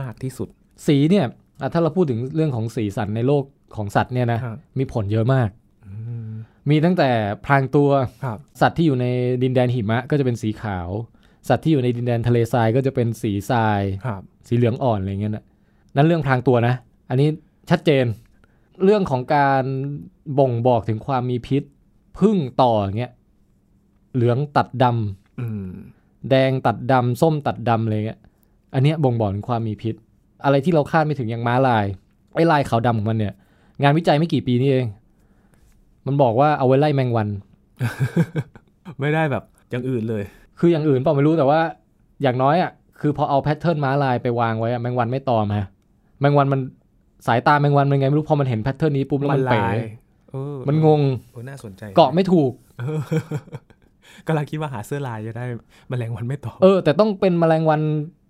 มากที่สุด
สีเนี่ยอ่ะถ้าเราพูดถึงเรื่องของสีสันในโลกของสัตว์เนี่ยนะ
ครับ
มีผลเยอะมาก
อืม
มีตั้งแต่พรางตัว
ครับ
สัตว์ที่อยู่ในดินแดนหิมะก็จะเป็นสีขาว สัตว์ที่อยู่ในดินแดนทะเลทรายก็จะเป็นสีทราย
ครับ
สีเหลืองอ่อนอะไรเงี้ยนะนั่นเรื่องพรางตัวนะ อันนี้ชัดเจน เรื่องของการบ่งบอกถึงความมีพิษ พึ่งต่ออย่างเงี้ย เหลืองตัดดำ
อืม
แดงตัดดำส้มตัดดำอะไรเงี้ย อันเนี้ยบ่งบอกถึงความมีพิษ อะไรที่เราคาดไม่ถึงอย่างม้าลายไอ้ลายขาวดำของมันเนี่ย งานวิจัยไม่กี่ปีนี่เอง มันบอกว่าเอาไว้ไล่แมงวัน
ไม่ได้แบบอย่างอื่นเลย
คืออย่างอื่นเปล่าไม่รู้แต่ว่าอย่างน้อยอ่ะคือพอเอาแพทเทิร์นม้าลายไปวางไว้อะแมงวันไม่ตอมฮะแมงวันมันสายตาแมงวันมันไงไม่รู้พอมันเห็นแพทเทิร์นนี้ปุ๊บแล้วมันเป๋
เออ
มันงง
เออน่าสนใจ
เกาะไม่ถูก
เออกำลังคิดว่าหาเสื้อลายจะได้แมลงวันไม่ตอบ
เออ แต่ต้องเป็นแมลงวัน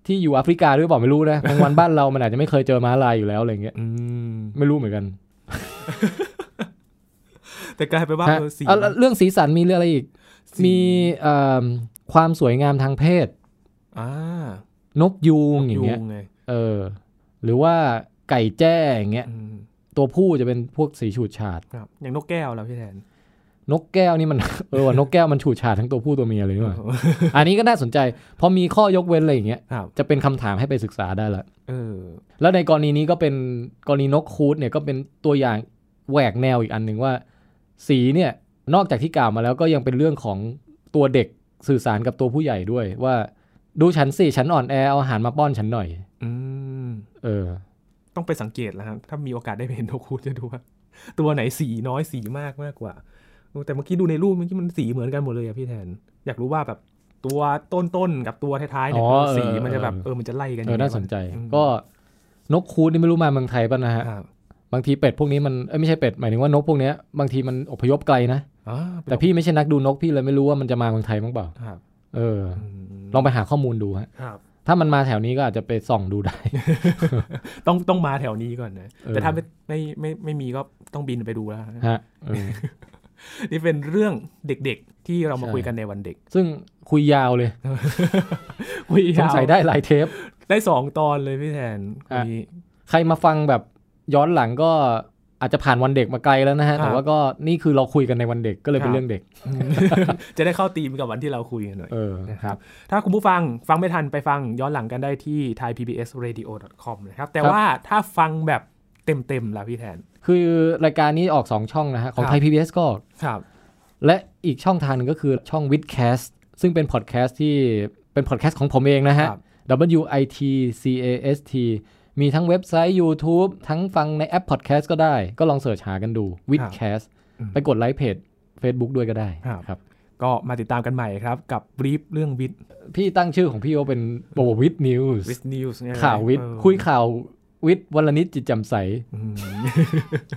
ที่อยู่แอฟริกาด้วยเปล่าไม่รู้นะแมลงวันบ้านเรามันอาจจะไม่เคยเจอม้าลายอยู่แล้วอะไรเงี้ย
อืม
ไม่รู้เหมือนกัน
แต่กลายไปนว่า
ฮะ
เออสี
เอ่อเรื่องสีสันมีเรื่องอะไรอีก
สี
มีเอ่อความสวยงามทางเพศ
อ่าน
กยูงอย่าง
ยุ
เงี้ย
งไง
เออหรือว่าไก่แจ้อย่างเงี้ย
อืม
ตัวผู้จะเป็นพวกสีฉูดฉาด
ครับอย่างนกแก้วเราพี่แทน
นกแก้วนี่ [laughs] มัน เออว่ะนกแก้วมันฉูดฉาดทั้งตัวผู้ตัวเมียเลยนี่หว่า
โอ้โห
อันนี้ก็น่าสนใจ พอมีข้อยกเว้นอะไรอย่างเงี้ย
ครับ
จะเป็นคำถามให้ไปศึกษาได้ละ
เออ
แล้วในกรณีนี้ก็เป็นกรณีนกคูดเนี่ยก็เป็นตัวอย่างแหวกแนวอีกอันหนึ่งว่า สีเนี่ยนอกจากที่กล่าวมาแล้วก็ยังเป็นเรื่องของตัวเด็กสื่อสารกับตัวผู้ใหญ่ด้วยว่าดูฉันสิฉันอ่อนแอเอาอาหารมาป้อนฉันหน่อย
อืม
เออ
ต้องไปสังเกตแล้วครับ ถ้ามีโอกาสได้ไปเห็นนกคูจะดูว่า ตัวไหนสีน้อยสีมากมากกว่าโอ้แต่เมื่อกี้ดูในรูปเมื่อกี้มันสีเหมือนกันหมดเลยอะพี่แทน อยากรู้ว่าแบบตัวต้นๆกับตัวท้ายๆเนี่ย
อ๋อเออ
สีมันจะแบบ
เออ
เออมันจะไล่กัน
เออน่าสนใจ
อืม
ก็นกคูดนี่ไม่รู้มาเมืองไทยป่ะนะฮะ
ครับ
บางทีเป็ดพวกนี้มันเอ้ยไม่ใช่เป็ดหมายถึงว่านกพวกเนี้ยบางทีมันอพยพไกลนะ
อ่าเป็น
แต่พี่ไม่ใช่นักดูนกพี่เลยไม่รู้ว่ามันจะมาเมืองไทยบ้างเปล่า
ครับ
เออ
ม
ลองไปหาข้อมูลดูฮะ
ครับ
ถ้ามันมาแถวนี้ก็อาจจะไปส่องดูได้
ต้องต้องมาแถวนี้ก่อนนะ
เออ
แต่ถ้าไม่ไม่ไม่ไม่มีก็ต้องบินไปดูแล้วฮะ
ฮะเออ
นี่เป็นเรื่องเด็กๆ ที่เรามา
ใช่
คุยกันในวันเด็ก
ซึ่งคุยยาวเลย
[laughs] คุย
สง
ยาว
สัยได้หลายเทป
ได้สองตอนเลยพี่แทน
อ่ะ [laughs]
คุย
ใครมาฟังแบบย้อนหลังก็อาจจะผ่านวันเด็กมาไกลแล้วนะฮะ
ครับ
แต่ว่าก็นี่คือเราคุยกันในวันเด็กก็เลย
ครั
เป็น
บ
เรื่องเด็ก
จะได้เข้าธีมกับวันที่เราคุยกันหน่อย
เออ
นะครับถ้าคุณผู้ฟังฟังไม่ทันไปฟังย้อนหลังกันได้ที่ thaipbsradio.com นะครับ แต่ว่าถ้าฟังแบบเต็มๆล่ะพี่แทน
คือรายการนี้ออก 2 ช่องนะฮะ ของ
ครับ
ไทย PBS ก็ออก
ครับ
และอีกช่องทางหนึงก็คือช่อง w i d c a s t ซึ่งเป็นพอดแคสต์ที่เป็นพอดแคสต์ของผมเองนะฮะ
ครับ
W I T C A S T มีทั้งเว็บไซต์ YouTube ทั้งฟังในแอปพอดแคสต์ก็ได้ ก็ลองเสิร์ชหากันดู w i d c a s t ไปกดไลค์เพจ Facebook ด้วยก็ได้
ครับ
ครับ
ก็มาติดตามกันใหม่ครับกับบรีฟเรื่องวิทย์
พี่ตั้งชื่อของพี่ว่าเป็นโบวิดนิวส์
วิทย์นิวส์
ข่าววิทย์คุยข่าววิทย์วันละนิดจิตแจำใส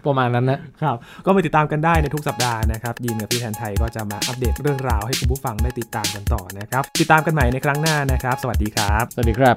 ประมาณนั้นนะ
ครับ ก็มาติดตามกันได้ในทุกสัปดาห์นะครับ ยินกับพี่แทนไทยก็จะมาอัปเดตเรื่องราวให้คุณผู้ฟังได้ติดตามกันต่อนะครับ ติดตามกันใหม่ในครั้งหน้านะครับ สวัสดีครับ
สวัสดีครับ